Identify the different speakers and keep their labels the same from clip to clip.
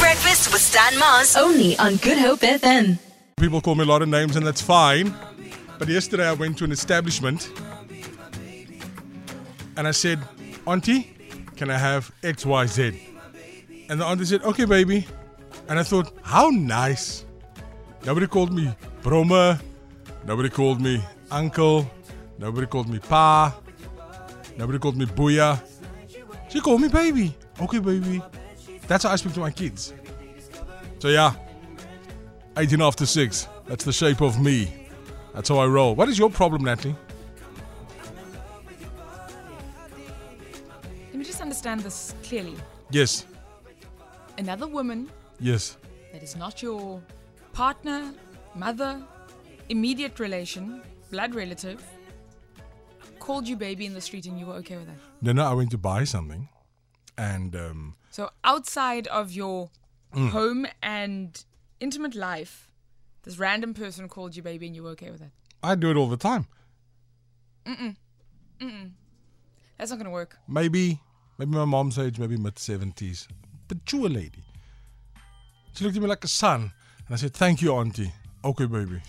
Speaker 1: Breakfast with Stan Mars. Oh, Only on Good Hope FM.
Speaker 2: People call me a lot of names, and that's fine. But yesterday I went to an establishment and I said, Auntie, can I have XYZ? And the auntie said, Okay, baby. And I thought, How nice. Nobody called me Broma. Nobody called me Uncle. Nobody called me Pa. Nobody called me Booya. She called me baby. Okay, baby. That's how I speak to my kids. So, yeah, 18 after 6. That's the shape of me. That's how I roll. What is your problem, Natalie?
Speaker 3: Let me just understand this clearly.
Speaker 2: Yes,
Speaker 3: Another woman
Speaker 2: yes,
Speaker 3: that is not your partner, mother, immediate relation, blood relative, called you baby in the street and you were okay with that.
Speaker 2: No, no, I went to buy something, and um,
Speaker 3: So outside of your
Speaker 2: Mm.
Speaker 3: home and intimate life, this random person called you baby and you were okay with that.
Speaker 2: I do it all the time.
Speaker 3: That's not going to work.
Speaker 2: Maybe, maybe my mom's age, maybe mid seventies, mature lady. She looked at me like a son, and I said, "Thank you, auntie." Okay, baby.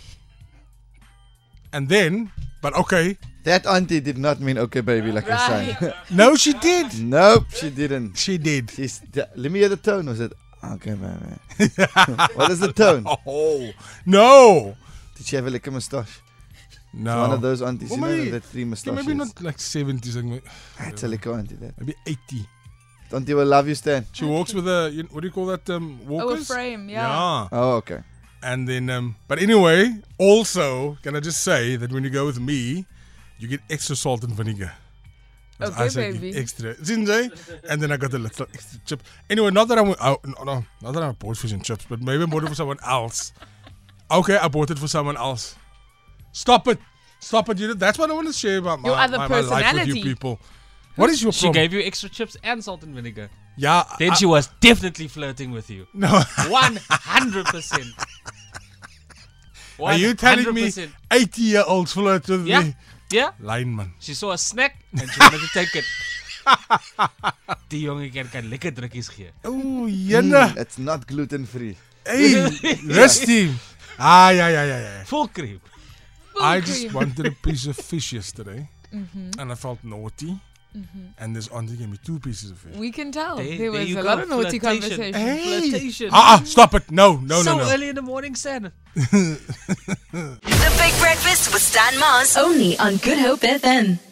Speaker 2: And then, but okay,
Speaker 4: That auntie did not mean okay, baby, like
Speaker 3: Right.
Speaker 4: I said.
Speaker 2: no, she did.
Speaker 4: nope, she didn't.
Speaker 2: She did.
Speaker 4: She's, th- let me hear the tone. Was it okay, baby? what is the tone?
Speaker 2: Oh no,
Speaker 4: Did she have a liquor moustache?
Speaker 2: no.
Speaker 4: One of those aunties,
Speaker 2: Oh. Well,
Speaker 4: you know,
Speaker 2: maybe-
Speaker 4: that- that three moustaches.
Speaker 2: Maybe not like seventies,
Speaker 4: It's a liquor auntie. That
Speaker 2: maybe eighty.
Speaker 4: auntie will love you, Stan.
Speaker 2: She walks with a you- what do you call that? Um, walkers.
Speaker 3: Oh, frame, yeah.
Speaker 2: Yeah.
Speaker 4: Oh, okay.
Speaker 2: And then, um, but anyway, also, can I just say that when you go with me, you get extra salt and vinegar. 'Cause
Speaker 3: Okay,
Speaker 2: I say give
Speaker 3: Oh, baby.
Speaker 2: Extra, Zinze, and then I got a little extra chip. Anyway, not that I'm, oh, no, no, not that I bought fish and chips, but maybe I bought it for someone else. Okay, I bought it for someone else. Stop it, stop it! You know, that's what I want to share about my,
Speaker 3: Your other
Speaker 2: my, my life with you
Speaker 3: personality.
Speaker 2: people. What is your
Speaker 5: She
Speaker 2: problem?
Speaker 5: gave you extra chips and salt and vinegar.
Speaker 2: yeah,
Speaker 5: Then
Speaker 2: I-
Speaker 5: she was definitely flirting with you.
Speaker 2: no.
Speaker 5: 100%.
Speaker 2: Are you telling me
Speaker 5: 100%.
Speaker 2: 80 year olds flirt with
Speaker 5: Yeah?
Speaker 2: me?
Speaker 5: Yeah?
Speaker 2: Lineman.
Speaker 5: She saw a snack and she wanted to take it. Die jongen kan, kan lekker drukkies gee.
Speaker 2: Ooh,
Speaker 4: Mm,
Speaker 2: Jenna.
Speaker 4: it's not gluten free.
Speaker 2: Oh, Hey, rusty. Ah, yeah, yeah, yeah, yeah.
Speaker 5: Full cream.
Speaker 2: I
Speaker 3: Full
Speaker 2: just
Speaker 3: cream.
Speaker 2: wanted a piece of fish yesterday, and I felt naughty. And this auntie gave me two pieces of fish.
Speaker 3: We can tell.
Speaker 5: There-
Speaker 3: there
Speaker 5: there
Speaker 3: was
Speaker 5: you
Speaker 3: a
Speaker 5: go,
Speaker 3: lot of naughty
Speaker 5: flirtation.
Speaker 3: conversation.
Speaker 2: Hey!
Speaker 5: Flirtation.
Speaker 2: Ah, ah, stop it. No, no,
Speaker 5: so
Speaker 2: no, no.
Speaker 5: early in the morning, Sam.
Speaker 1: The Big Breakfast with Stan Mars. Only on Good Hope FM.